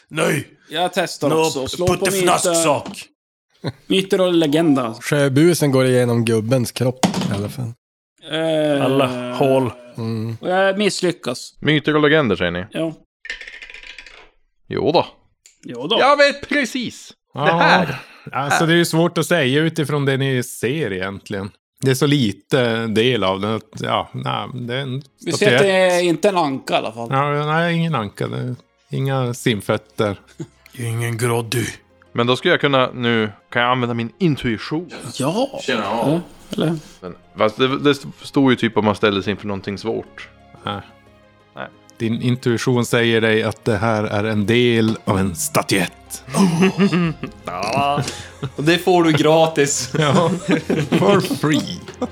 S5: Nej!
S6: Jag testar också.
S5: Nå,
S6: Slå på myter,
S5: puttefnasksak.
S6: myter och legender. alltså.
S4: Sjöbusen går igenom gubbens kropp i alla fall.
S6: Eh,
S5: Alla hål.
S4: Mm.
S6: Och jag misslyckas.
S9: Myter och legender säger ni?
S6: Ja.
S9: Jo då.
S6: Jo då.
S9: Jag vet precis!
S2: Det här. Alltså det är ju svårt att säga utifrån det ni ser egentligen. Det är så lite del av den. att- Ja, nej, det är en
S6: Vi ser att det
S2: statyett.
S6: är inte en anka i alla fall.
S2: Ja, nej, ingen anka. Det är inga simfötter.
S5: Ingen groddy.
S9: Men då ska jag kunna nu, kan jag använda min intuition?
S6: Ja.
S9: Känna av.
S6: Eller?
S9: Men, fast det, det stod ju typ om man ställde sig inför någonting svårt.
S2: Din intuition säger dig att det här är en del av en statyett.
S7: Och det får du gratis.
S2: Ja, for free.